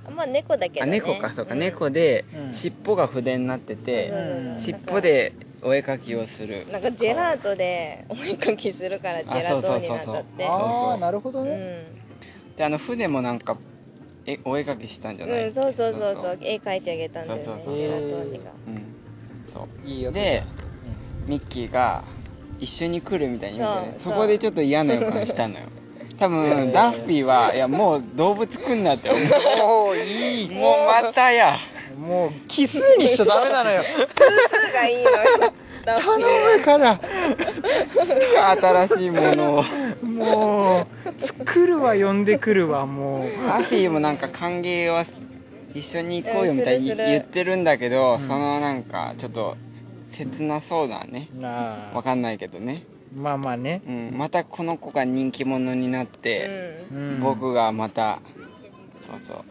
[SPEAKER 3] あまあ猫だけど、
[SPEAKER 2] あ
[SPEAKER 3] ね、
[SPEAKER 2] 猫かそうか、
[SPEAKER 3] ん
[SPEAKER 2] 猫で、
[SPEAKER 1] うん
[SPEAKER 2] 尻尾が筆になって
[SPEAKER 3] そうそう
[SPEAKER 2] て、
[SPEAKER 3] そう
[SPEAKER 1] うん
[SPEAKER 2] 尻尾でお絵描きをする
[SPEAKER 3] なんかジェラートでお絵かきするからジェラトーニな
[SPEAKER 1] い
[SPEAKER 3] んだって
[SPEAKER 2] そうそう
[SPEAKER 1] ああなるほど
[SPEAKER 3] う
[SPEAKER 1] ね、
[SPEAKER 3] ん
[SPEAKER 2] であの船もなんかえお絵描きしたんじゃない、
[SPEAKER 3] うん、そうそうそうそう絵描いてあげたんだよね
[SPEAKER 2] そうそうそう
[SPEAKER 3] ジェラトーニが
[SPEAKER 2] うんそう
[SPEAKER 1] いいよ
[SPEAKER 2] でミッキーが一緒に来るみたいに言うんだよね
[SPEAKER 3] そう
[SPEAKER 2] そ
[SPEAKER 3] そう
[SPEAKER 2] こでちょっと嫌な予感した のよ多
[SPEAKER 1] いやいやい
[SPEAKER 2] 分
[SPEAKER 1] や
[SPEAKER 2] ダッフィーはいやもう動物来んなっ て思う
[SPEAKER 1] おおいい
[SPEAKER 2] もうまたや
[SPEAKER 1] もう奇数にしちゃダメなの よ
[SPEAKER 3] 数がいいのよダッフィー
[SPEAKER 1] 頼むから
[SPEAKER 2] 新しいものを
[SPEAKER 1] もう作るわ呼んでくるわもう
[SPEAKER 2] アフィーもなんか歓迎は一緒に行こうよみたいに
[SPEAKER 3] うんするする
[SPEAKER 2] 言ってるんだけど、
[SPEAKER 1] うん
[SPEAKER 2] そのなんかちょっと切なそうなね
[SPEAKER 1] な
[SPEAKER 2] わかんないけどね、
[SPEAKER 1] まあまあね、
[SPEAKER 2] うん、またこの子が人気者になって、
[SPEAKER 1] うん
[SPEAKER 2] 僕がまたそうそう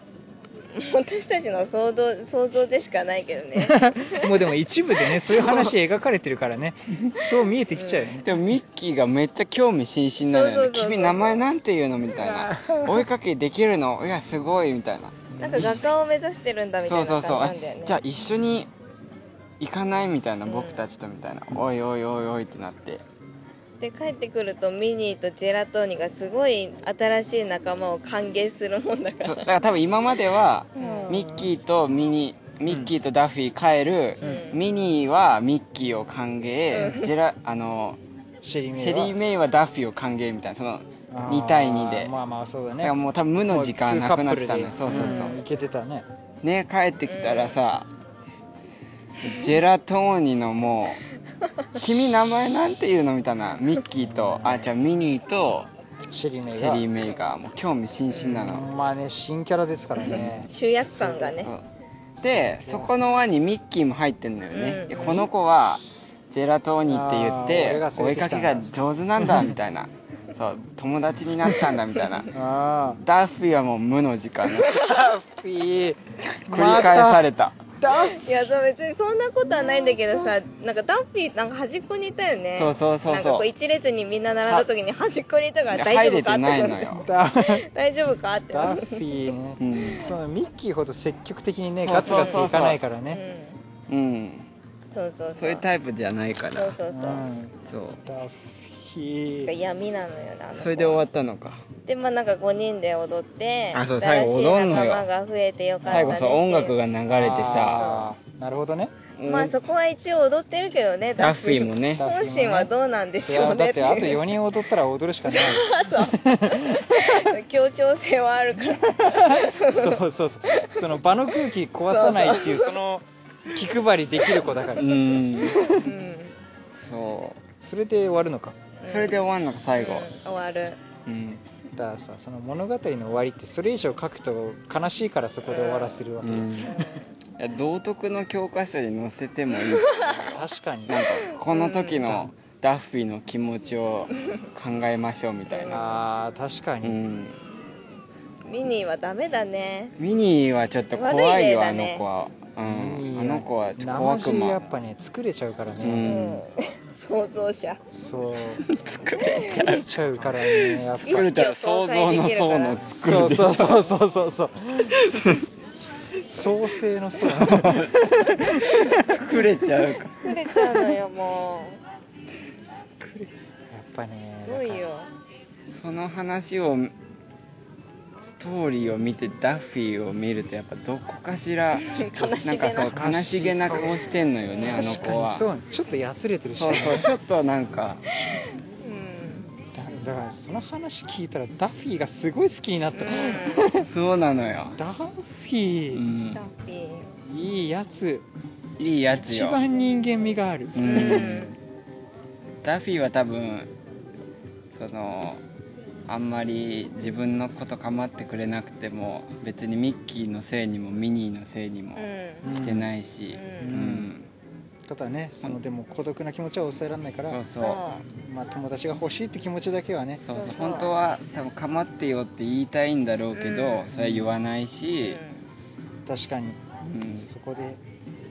[SPEAKER 3] 私たちの想像想像でしかないけどね
[SPEAKER 1] もうでも一部でねそういう話描かれてるから ねそう見えてきちゃうよね、
[SPEAKER 2] でもミッキーがめっちゃ興味津々なの
[SPEAKER 3] そう
[SPEAKER 2] よ
[SPEAKER 3] そ
[SPEAKER 2] ね
[SPEAKER 3] うそうそう
[SPEAKER 2] 君名前なんて言うのみたい な追いかけできるのいやすごいみたいな
[SPEAKER 3] なんか画家を目指してるんだみた
[SPEAKER 2] そ
[SPEAKER 3] い
[SPEAKER 2] そう
[SPEAKER 3] うな感じ
[SPEAKER 2] そう
[SPEAKER 3] なんだよね
[SPEAKER 2] えじゃあ一緒に行かないみたいな
[SPEAKER 3] うん
[SPEAKER 2] 僕たちとみたいな、おいおいおいおいってなって
[SPEAKER 3] で帰ってくるとミニーとジェラトーニがすごい新しい仲間を歓迎するもんだか
[SPEAKER 2] そうだ
[SPEAKER 3] ら
[SPEAKER 2] から多分今までは
[SPEAKER 3] うん
[SPEAKER 2] ミッキーとミニミッキーとダッフィー帰る、
[SPEAKER 3] うん
[SPEAKER 2] ミニーはミッキーを歓迎、
[SPEAKER 3] うん
[SPEAKER 2] ジェラあの
[SPEAKER 1] シェリーメイ
[SPEAKER 2] シェリー・メイはダッフィーを歓迎みたいなその
[SPEAKER 1] あー
[SPEAKER 2] 2対2で、
[SPEAKER 1] まあまあそうだ
[SPEAKER 2] だか
[SPEAKER 1] ね
[SPEAKER 2] らもう多分無の時間なくなってたのよ
[SPEAKER 1] もうツ
[SPEAKER 2] そ
[SPEAKER 1] ー
[SPEAKER 2] う
[SPEAKER 1] カッ
[SPEAKER 2] そう
[SPEAKER 1] プルで
[SPEAKER 2] そう、
[SPEAKER 1] んいけてたね
[SPEAKER 2] ね帰ってきたらさ、ジェラトーニのもう「君名前なんて言うの?」みたいなミッキーとあじゃあミニーと
[SPEAKER 1] シェリーメイが
[SPEAKER 2] シェリー・メイがもう興味津々なの、
[SPEAKER 1] まあね新キャラですからね
[SPEAKER 3] 主役感がね
[SPEAKER 2] そうでそこの輪にミッキーも入ってんのよね、
[SPEAKER 3] うん
[SPEAKER 2] いやこの子はジェラトーニって
[SPEAKER 1] あー俺が
[SPEAKER 2] 言って
[SPEAKER 1] 連
[SPEAKER 2] 追
[SPEAKER 1] れ
[SPEAKER 2] い
[SPEAKER 1] てき
[SPEAKER 2] か
[SPEAKER 1] た
[SPEAKER 2] け
[SPEAKER 1] んだ
[SPEAKER 2] が上手なんだみたいなそう友達になったんだみ たいな
[SPEAKER 1] あ
[SPEAKER 2] ダッフィーはもう無の時間 だ
[SPEAKER 1] あダッフィー
[SPEAKER 2] 繰り返された、
[SPEAKER 1] またダッフィー
[SPEAKER 3] いやそう別にそんなことはないんだけどさなんかダッフィーなんか端っこにいたよね
[SPEAKER 2] そうそうそうそう
[SPEAKER 3] なんかこう一列にみんな並んだ時に端っこにいたから大
[SPEAKER 2] 入
[SPEAKER 3] 丈夫
[SPEAKER 2] れ
[SPEAKER 3] か
[SPEAKER 2] て
[SPEAKER 3] って
[SPEAKER 2] ないのよ
[SPEAKER 1] ダ
[SPEAKER 3] 大丈夫かって
[SPEAKER 1] ダッフィーね、
[SPEAKER 2] うん
[SPEAKER 1] そのミッキーほど積極的にね
[SPEAKER 2] そう
[SPEAKER 1] ガツ
[SPEAKER 2] そうそ
[SPEAKER 1] ガツ
[SPEAKER 2] う
[SPEAKER 1] いかないからね
[SPEAKER 2] うん
[SPEAKER 3] うんそうそうそう
[SPEAKER 2] そういうタイプじゃないか
[SPEAKER 3] そ
[SPEAKER 2] ら
[SPEAKER 3] うそううんそう、
[SPEAKER 2] そう
[SPEAKER 1] ダッフ
[SPEAKER 3] なん
[SPEAKER 1] ィ
[SPEAKER 3] か
[SPEAKER 1] ー
[SPEAKER 3] 闇なのよな
[SPEAKER 2] それで終わ
[SPEAKER 3] っ
[SPEAKER 2] ったのか
[SPEAKER 3] でまあなんか5人で踊って
[SPEAKER 2] あそう最後踊んのよ
[SPEAKER 3] 新しい仲間が増えてよかったね
[SPEAKER 2] 最後そう音楽
[SPEAKER 3] が
[SPEAKER 2] が流れてさ
[SPEAKER 1] あーなるほどね
[SPEAKER 3] まあそこは一応踊ってるけどね
[SPEAKER 2] ダッフィーもね
[SPEAKER 1] ダッフィーもね
[SPEAKER 3] 本心はどうなんで
[SPEAKER 1] い
[SPEAKER 3] しょ
[SPEAKER 1] や
[SPEAKER 3] うね
[SPEAKER 1] だっ
[SPEAKER 3] っ
[SPEAKER 1] てて
[SPEAKER 3] いう
[SPEAKER 1] あと4人踊ったら踊るしかない
[SPEAKER 3] 協調性はある から
[SPEAKER 1] そうそうそうその場の空気壊さないっていうその気配りできる子だから
[SPEAKER 2] うん
[SPEAKER 3] うん
[SPEAKER 2] そ
[SPEAKER 1] それで終わるのか
[SPEAKER 2] うそれで終わんのか最後
[SPEAKER 3] うん終わる
[SPEAKER 2] うん
[SPEAKER 1] だからさその物語の終わりってそれ以上書くと悲しいからそこで終わらせるわ
[SPEAKER 2] う
[SPEAKER 1] け、
[SPEAKER 2] んいや道徳の教科書に載せて もいい
[SPEAKER 1] 確かに
[SPEAKER 2] なんかこの時のダッフィーの気持ちを考えましょうみたいな
[SPEAKER 1] あー確か
[SPEAKER 2] う
[SPEAKER 1] に、
[SPEAKER 2] ん
[SPEAKER 3] ミニーはダメだね
[SPEAKER 2] ミニーはちょっと怖いよあ
[SPEAKER 3] 悪い例だ
[SPEAKER 2] の
[SPEAKER 3] ね
[SPEAKER 2] 子はう
[SPEAKER 1] いい
[SPEAKER 2] ん
[SPEAKER 1] よ
[SPEAKER 2] あの子はちょっと小悪
[SPEAKER 1] 生地や
[SPEAKER 2] 魔
[SPEAKER 1] っぱね作れちゃうから
[SPEAKER 2] う
[SPEAKER 3] うん
[SPEAKER 1] ね、
[SPEAKER 2] ん
[SPEAKER 3] 想像者
[SPEAKER 1] そう
[SPEAKER 2] 作れちゃ
[SPEAKER 1] 作れちゃうからねやっぱ
[SPEAKER 2] 作れたら想像の層の作る
[SPEAKER 1] そうそうそうそうそうそう創生の層
[SPEAKER 2] 作れちゃうか
[SPEAKER 3] 作れちゃうのよ も
[SPEAKER 1] やっぱね
[SPEAKER 3] うすごいよ
[SPEAKER 2] その話をストーリーを見てダッフィーを見るとやっぱどこかしら
[SPEAKER 3] 悲し
[SPEAKER 2] なん
[SPEAKER 3] げ
[SPEAKER 2] か
[SPEAKER 3] な
[SPEAKER 2] そう悲しげな顔してんのよねあの
[SPEAKER 1] 確か
[SPEAKER 2] 子
[SPEAKER 1] に
[SPEAKER 2] は
[SPEAKER 1] そうちょっとやつれてるし
[SPEAKER 2] そう
[SPEAKER 1] ね
[SPEAKER 2] そうちょっとなんか
[SPEAKER 3] うん
[SPEAKER 1] だだからその話聞いたらダッフィーがすごい好きになった、
[SPEAKER 3] う
[SPEAKER 2] そうなのよ、
[SPEAKER 1] ダッフ
[SPEAKER 2] う
[SPEAKER 1] ィー、
[SPEAKER 3] ん
[SPEAKER 2] ん
[SPEAKER 3] ラ、ッピー
[SPEAKER 1] いいやつ
[SPEAKER 2] いいやつ
[SPEAKER 1] 一
[SPEAKER 2] よ
[SPEAKER 1] 番人間味がある、
[SPEAKER 2] う
[SPEAKER 3] うん
[SPEAKER 2] んダッフィーは多分そのあんまり自分のこと構ってくれなくても別にミッキーのせいにもミニーのせいにも
[SPEAKER 3] うん
[SPEAKER 2] してないし、
[SPEAKER 3] うん
[SPEAKER 2] うん
[SPEAKER 1] ただねそのでも孤独な気持ちは抑えられないから、
[SPEAKER 2] そう
[SPEAKER 3] そ
[SPEAKER 2] そうう
[SPEAKER 1] まあ、友達が欲しいって気持ちだけはね
[SPEAKER 2] そう
[SPEAKER 3] そう
[SPEAKER 2] そ
[SPEAKER 3] そう
[SPEAKER 2] う本当は多分構ってよって言いたいんだろうけど、
[SPEAKER 3] うん
[SPEAKER 2] それは言わないし、
[SPEAKER 1] 確かに、
[SPEAKER 2] うん
[SPEAKER 1] そこで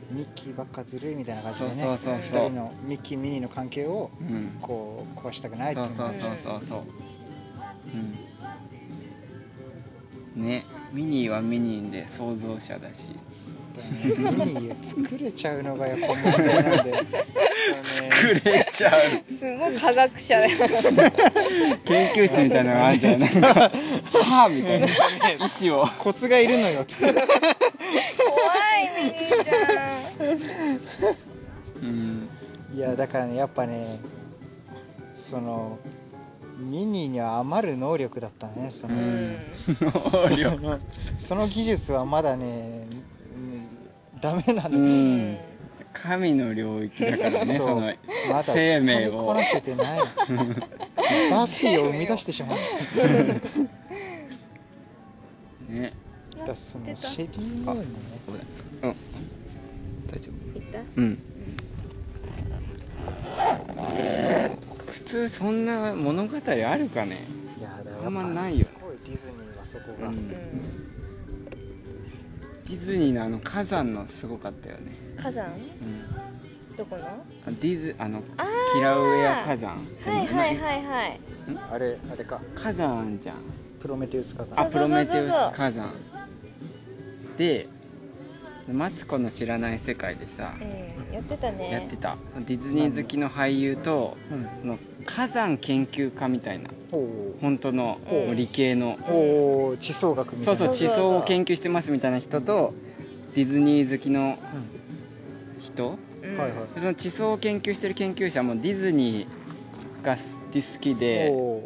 [SPEAKER 1] ミッキーばっかずるいみたいな感じでね
[SPEAKER 2] そうそう
[SPEAKER 3] そうそう
[SPEAKER 1] 2人のミッキーミニーの関係を
[SPEAKER 2] うん
[SPEAKER 1] こう壊したくないって
[SPEAKER 2] そ
[SPEAKER 1] いうう
[SPEAKER 2] そうそうそうそううんねミニーはミニーで創造者だし
[SPEAKER 1] のがねミニーを作れちゃうのがやっぱ問題なんで
[SPEAKER 2] くれちゃう
[SPEAKER 3] うんすごい科学者だよ
[SPEAKER 2] 研究室みたいなのがあるじゃんなんか「はあ」みたい な意思を
[SPEAKER 1] コツがいるの よ作る
[SPEAKER 3] 怖いミニーちゃ ん
[SPEAKER 2] うん
[SPEAKER 1] いやだからねやっぱねそのミニーには余る能力だったねその、
[SPEAKER 2] うん
[SPEAKER 1] そ
[SPEAKER 2] 能力
[SPEAKER 1] のその技術はまだね、うん、ダメな
[SPEAKER 2] う
[SPEAKER 1] の、
[SPEAKER 2] ん神の領域だからね
[SPEAKER 1] そう
[SPEAKER 2] その
[SPEAKER 1] まだ
[SPEAKER 2] 生命
[SPEAKER 1] 使いこ
[SPEAKER 2] を
[SPEAKER 1] なせて ないダッフィーを生み出してしまった
[SPEAKER 2] ね
[SPEAKER 1] だからその
[SPEAKER 3] 出た
[SPEAKER 1] シェリー・メイもね
[SPEAKER 2] うん大丈夫
[SPEAKER 3] いた
[SPEAKER 2] うん普通そんな物語あるかね
[SPEAKER 1] いやだからやっぱ
[SPEAKER 2] あんまないよ
[SPEAKER 1] すごいディズニーはそこ
[SPEAKER 2] う
[SPEAKER 1] が、
[SPEAKER 3] うんん
[SPEAKER 2] ィズニーのあの火山のすごかったよね、
[SPEAKER 3] 火山
[SPEAKER 2] うん、
[SPEAKER 3] どこの
[SPEAKER 2] あディズあの
[SPEAKER 3] あー
[SPEAKER 2] キラウエア火山じゃ
[SPEAKER 3] はいはい
[SPEAKER 2] い
[SPEAKER 3] はいはい
[SPEAKER 1] あれあれか
[SPEAKER 2] 火山あんじゃん
[SPEAKER 1] プロメテウス火
[SPEAKER 2] あ
[SPEAKER 1] 山
[SPEAKER 3] そう
[SPEAKER 2] プロメテウス火山でマツコの知らない世界でさ
[SPEAKER 3] うんやってたね
[SPEAKER 2] やってたディズニー好きの俳優と
[SPEAKER 1] うん
[SPEAKER 2] その火山研究家みたいな
[SPEAKER 1] おお
[SPEAKER 2] 本当の
[SPEAKER 3] うん
[SPEAKER 2] 理系の
[SPEAKER 1] おお地層学みた
[SPEAKER 2] そ
[SPEAKER 1] いうな
[SPEAKER 2] そう
[SPEAKER 3] そう
[SPEAKER 2] 地
[SPEAKER 3] そう
[SPEAKER 2] 層を研究してますみたいな人とディズニー好きの
[SPEAKER 1] う
[SPEAKER 2] 人
[SPEAKER 3] うん
[SPEAKER 1] んはいはい
[SPEAKER 2] でその地層を研究してる研究者もディズニーが好きで
[SPEAKER 1] おー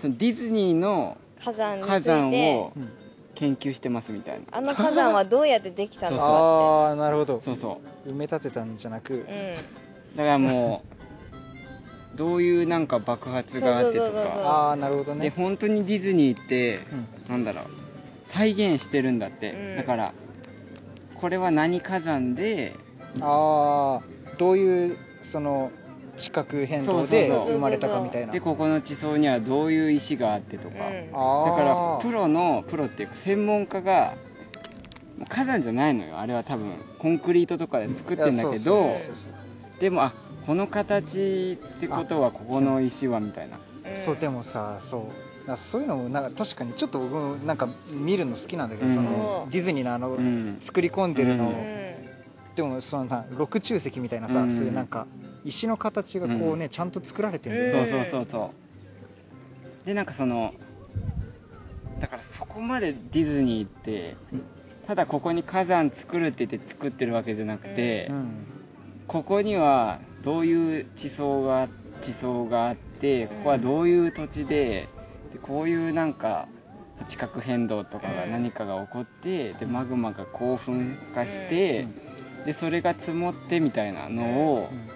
[SPEAKER 2] そのディズニーの
[SPEAKER 3] 火山につい
[SPEAKER 2] 火
[SPEAKER 3] て
[SPEAKER 2] 山を
[SPEAKER 1] うん
[SPEAKER 2] 研究してますみたいな
[SPEAKER 3] あの火山はどうやってできたのかっ
[SPEAKER 1] ああなるほど
[SPEAKER 2] そうそ
[SPEAKER 1] 埋め立てたんじゃなく
[SPEAKER 3] てうん
[SPEAKER 2] うだからもうどういうなんか爆発があって
[SPEAKER 3] そう
[SPEAKER 2] と
[SPEAKER 3] そうそうそう
[SPEAKER 2] か
[SPEAKER 1] ああなるほど
[SPEAKER 2] で
[SPEAKER 1] ね
[SPEAKER 2] 本当にディズニーって
[SPEAKER 1] うん
[SPEAKER 2] なんだろう再現してるんだって、
[SPEAKER 3] うん
[SPEAKER 2] だからこれは何火山で
[SPEAKER 1] ああどういうその地殻変動で
[SPEAKER 2] そうそうそう
[SPEAKER 1] 生まれたかみたいな
[SPEAKER 2] でここの地層にはどういう石があってとか、
[SPEAKER 3] うん
[SPEAKER 1] あ
[SPEAKER 2] だ
[SPEAKER 1] あ
[SPEAKER 2] からプロのプロっていうか専門家がもう火山じゃないのよあれは多分コンクリートとかで作ってんだけ
[SPEAKER 1] い
[SPEAKER 2] ど
[SPEAKER 1] やそうそうそう
[SPEAKER 2] でもあこの形ってことはここの石はみたいな
[SPEAKER 3] うん
[SPEAKER 1] そうでもさそうなそういうのもなんか確かにちょっと僕もなんか見るの好きなんだけど、
[SPEAKER 2] うん
[SPEAKER 1] そのディズニーのあの、
[SPEAKER 2] うん
[SPEAKER 1] 作り込んでるの、
[SPEAKER 2] う
[SPEAKER 3] うん
[SPEAKER 1] でもそのさ六柱石みたいなさ、
[SPEAKER 2] うん
[SPEAKER 1] そういうなんか石の形がこうね、ちゃんと作られてるんだよ
[SPEAKER 2] そ
[SPEAKER 1] ね、
[SPEAKER 2] うそうそうそうでなんかそのだからそこまでディズニーってただここに火山作るって言って作ってるわけじゃなくて、
[SPEAKER 1] うん
[SPEAKER 2] ここにはどういう地層が地層があってここはどういう土地ででこういうなんか地殻変動とかが
[SPEAKER 3] うん
[SPEAKER 2] 何かが起こってでマグマがこう噴火してでそれが積もってみたいなのを
[SPEAKER 1] うん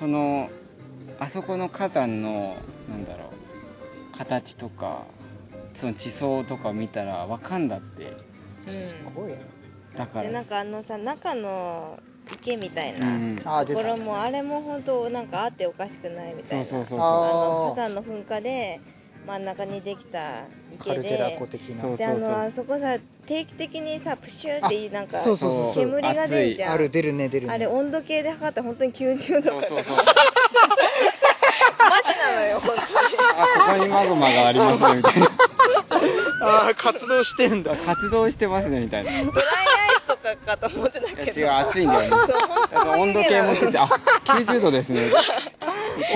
[SPEAKER 2] そのあそこの火山のなんだろう形とかその地層とか見たらわかんだって
[SPEAKER 1] すごいね
[SPEAKER 2] だから
[SPEAKER 3] でなんかあのさ中の池みたいうな、
[SPEAKER 2] ん、
[SPEAKER 1] あー
[SPEAKER 3] と
[SPEAKER 1] 出
[SPEAKER 3] ころ
[SPEAKER 1] た
[SPEAKER 3] もあれも本当なんかあっておかしくないみたい
[SPEAKER 2] そう
[SPEAKER 3] な
[SPEAKER 2] そうそう
[SPEAKER 1] あ
[SPEAKER 2] そ
[SPEAKER 1] ー
[SPEAKER 2] う
[SPEAKER 3] あの火山の噴火で真ん中にできた
[SPEAKER 1] カ
[SPEAKER 3] 池
[SPEAKER 1] ルテラ
[SPEAKER 3] で
[SPEAKER 1] 湖的な
[SPEAKER 2] そう
[SPEAKER 3] であのあそこさ定期的にさプシューってなんか
[SPEAKER 1] あそうそうそうそう
[SPEAKER 3] 煙が出るじゃん
[SPEAKER 1] ある出るね出るね
[SPEAKER 3] あれ温度計で測ったら本当に90度
[SPEAKER 2] そう
[SPEAKER 3] マジ
[SPEAKER 2] そうそう
[SPEAKER 3] なのよ
[SPEAKER 2] あ
[SPEAKER 3] 本
[SPEAKER 2] ここにマグマがありますねみたいな
[SPEAKER 1] あー活動してんだ
[SPEAKER 2] 活動してますねみたいない
[SPEAKER 3] 当にドライアイスとかかと思ってた けど
[SPEAKER 2] や違う暑いんだよねあと温度計持っててあ90度ですね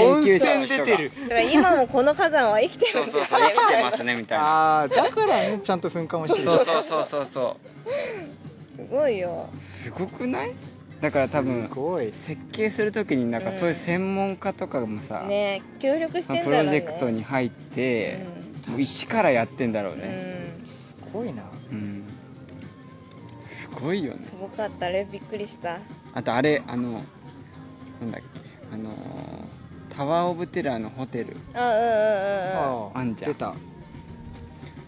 [SPEAKER 1] 温
[SPEAKER 2] 研究
[SPEAKER 1] 泉
[SPEAKER 2] 者の人
[SPEAKER 1] 出
[SPEAKER 2] が
[SPEAKER 1] てる
[SPEAKER 3] だから今もこの火山は生きて
[SPEAKER 2] そ
[SPEAKER 3] る
[SPEAKER 2] うんそう
[SPEAKER 3] だ
[SPEAKER 2] そう生きてますねみたいな
[SPEAKER 1] ああだからねちゃんと噴火もしてる
[SPEAKER 2] そうそうそうそうそ
[SPEAKER 3] すごいよ
[SPEAKER 2] うすごくないだから多分
[SPEAKER 1] すごい
[SPEAKER 2] 設計するときになんかそういう専門家とかもさ、
[SPEAKER 3] ね協力し
[SPEAKER 2] まあ
[SPEAKER 3] てん
[SPEAKER 2] プ
[SPEAKER 3] だろ
[SPEAKER 2] ロ
[SPEAKER 3] う
[SPEAKER 2] ジ
[SPEAKER 3] ね
[SPEAKER 2] ェクトに入っ
[SPEAKER 3] う
[SPEAKER 2] て、
[SPEAKER 3] ん
[SPEAKER 2] もう一からやってんだろう
[SPEAKER 3] う
[SPEAKER 2] ね、
[SPEAKER 3] ん
[SPEAKER 1] すごいな
[SPEAKER 2] うんすごいよね
[SPEAKER 3] すごかったあれびっくりした
[SPEAKER 2] あとあれあのなんだっけあのータワー・オブ・テラーのホテル
[SPEAKER 3] あ
[SPEAKER 1] あ
[SPEAKER 2] あんじゃん
[SPEAKER 1] 出た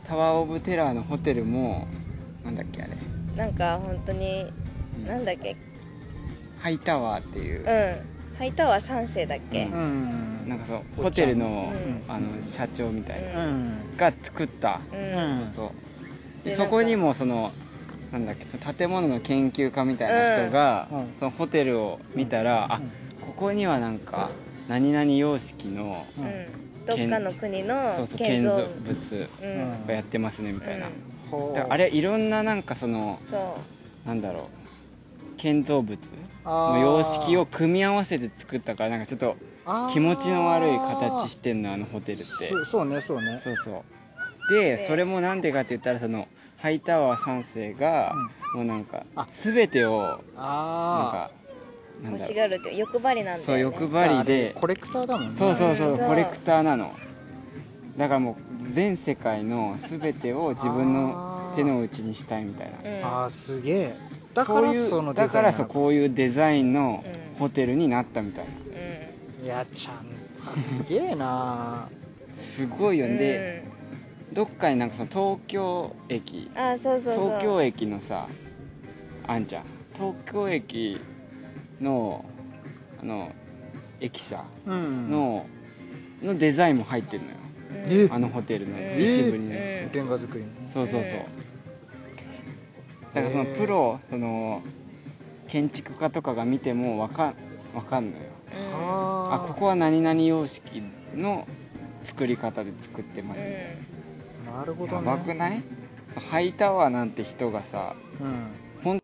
[SPEAKER 2] タワー・オブ・テラーのホテルもなんだっけあれ、
[SPEAKER 3] うんうんうんなんか本当に
[SPEAKER 2] うん
[SPEAKER 3] なんだっけ
[SPEAKER 2] ハイタワーっていう
[SPEAKER 3] うん、ハイタワー3世だっけ、
[SPEAKER 2] うん
[SPEAKER 1] ん
[SPEAKER 2] なんかそう
[SPEAKER 1] お
[SPEAKER 2] ホ
[SPEAKER 1] っちゃ
[SPEAKER 2] テ
[SPEAKER 1] ん
[SPEAKER 2] ルの,、
[SPEAKER 1] うん
[SPEAKER 2] あの社長みたいな、
[SPEAKER 1] う
[SPEAKER 2] が作った、
[SPEAKER 3] うん
[SPEAKER 1] うん
[SPEAKER 2] そうそう
[SPEAKER 3] で
[SPEAKER 2] でそこにもそのなんだっけその建物の研究家みたいな人が、
[SPEAKER 1] うんうん
[SPEAKER 2] そのホテルを見たら、あここにはなんか何々様式の、
[SPEAKER 1] う
[SPEAKER 3] うんん、どっかの国の
[SPEAKER 2] そうそう建
[SPEAKER 3] 建造
[SPEAKER 2] 造
[SPEAKER 3] 物
[SPEAKER 2] 物
[SPEAKER 3] うん
[SPEAKER 1] うん
[SPEAKER 2] がやってますねみたいな、
[SPEAKER 3] うん
[SPEAKER 1] ほう
[SPEAKER 2] だからあれいろんななんかその
[SPEAKER 3] そ
[SPEAKER 2] なんだろう建造物
[SPEAKER 1] あー
[SPEAKER 2] の様式を組み合わせて作ったからなんかちょっと
[SPEAKER 1] あー
[SPEAKER 2] 気持ちの悪い形してんのあのホテルって
[SPEAKER 1] そうそうねそうね
[SPEAKER 2] そうそうで
[SPEAKER 3] で
[SPEAKER 2] それもなんでかって言ったらそのハイタワー3世が、もうなんか
[SPEAKER 1] あ
[SPEAKER 2] 全てをなん
[SPEAKER 1] あ
[SPEAKER 2] か
[SPEAKER 3] う
[SPEAKER 2] なん
[SPEAKER 3] 欲
[SPEAKER 2] だ
[SPEAKER 3] し
[SPEAKER 2] ろ
[SPEAKER 3] がるって欲張りなんだよね
[SPEAKER 2] そう欲
[SPEAKER 1] あ
[SPEAKER 2] 張りで
[SPEAKER 1] コレクターだもんね
[SPEAKER 2] そうそうそううん
[SPEAKER 3] そう
[SPEAKER 2] コレクターなのだからもう全世界の全てを自分の
[SPEAKER 1] あー
[SPEAKER 2] 手の内にしたいみたいな
[SPEAKER 3] うん
[SPEAKER 1] ああすげえだから
[SPEAKER 2] ういう
[SPEAKER 1] そのデ
[SPEAKER 2] だ
[SPEAKER 1] ザ
[SPEAKER 2] か
[SPEAKER 1] インな
[SPEAKER 2] ら
[SPEAKER 1] の
[SPEAKER 2] そうこういうデザインの
[SPEAKER 3] うん
[SPEAKER 2] ホテルになったみたいない
[SPEAKER 1] やちゃんあすげえな
[SPEAKER 2] すごいよ
[SPEAKER 3] う
[SPEAKER 2] ね
[SPEAKER 3] ん
[SPEAKER 2] で、どっかになんかその東京駅
[SPEAKER 3] うん、あそうそうそう
[SPEAKER 2] 東京駅のさあんちゃん東京駅のあの駅舎
[SPEAKER 1] うん
[SPEAKER 2] の,、のデザインも入ってるのよ
[SPEAKER 3] うん
[SPEAKER 1] え
[SPEAKER 2] あのホテルの
[SPEAKER 3] え
[SPEAKER 2] 一部にね、
[SPEAKER 3] え
[SPEAKER 1] 原画作りの
[SPEAKER 2] そうそうそう、
[SPEAKER 3] え
[SPEAKER 2] だからその
[SPEAKER 1] へー
[SPEAKER 2] プロその建築家とかが見てもわかんわかんのよ
[SPEAKER 3] うん
[SPEAKER 1] あ
[SPEAKER 2] あここは何々様式の作り方で作ってます、
[SPEAKER 3] う
[SPEAKER 1] なるほど
[SPEAKER 2] や
[SPEAKER 1] ね
[SPEAKER 2] ばくないハイタワーなんて人がさ
[SPEAKER 1] うん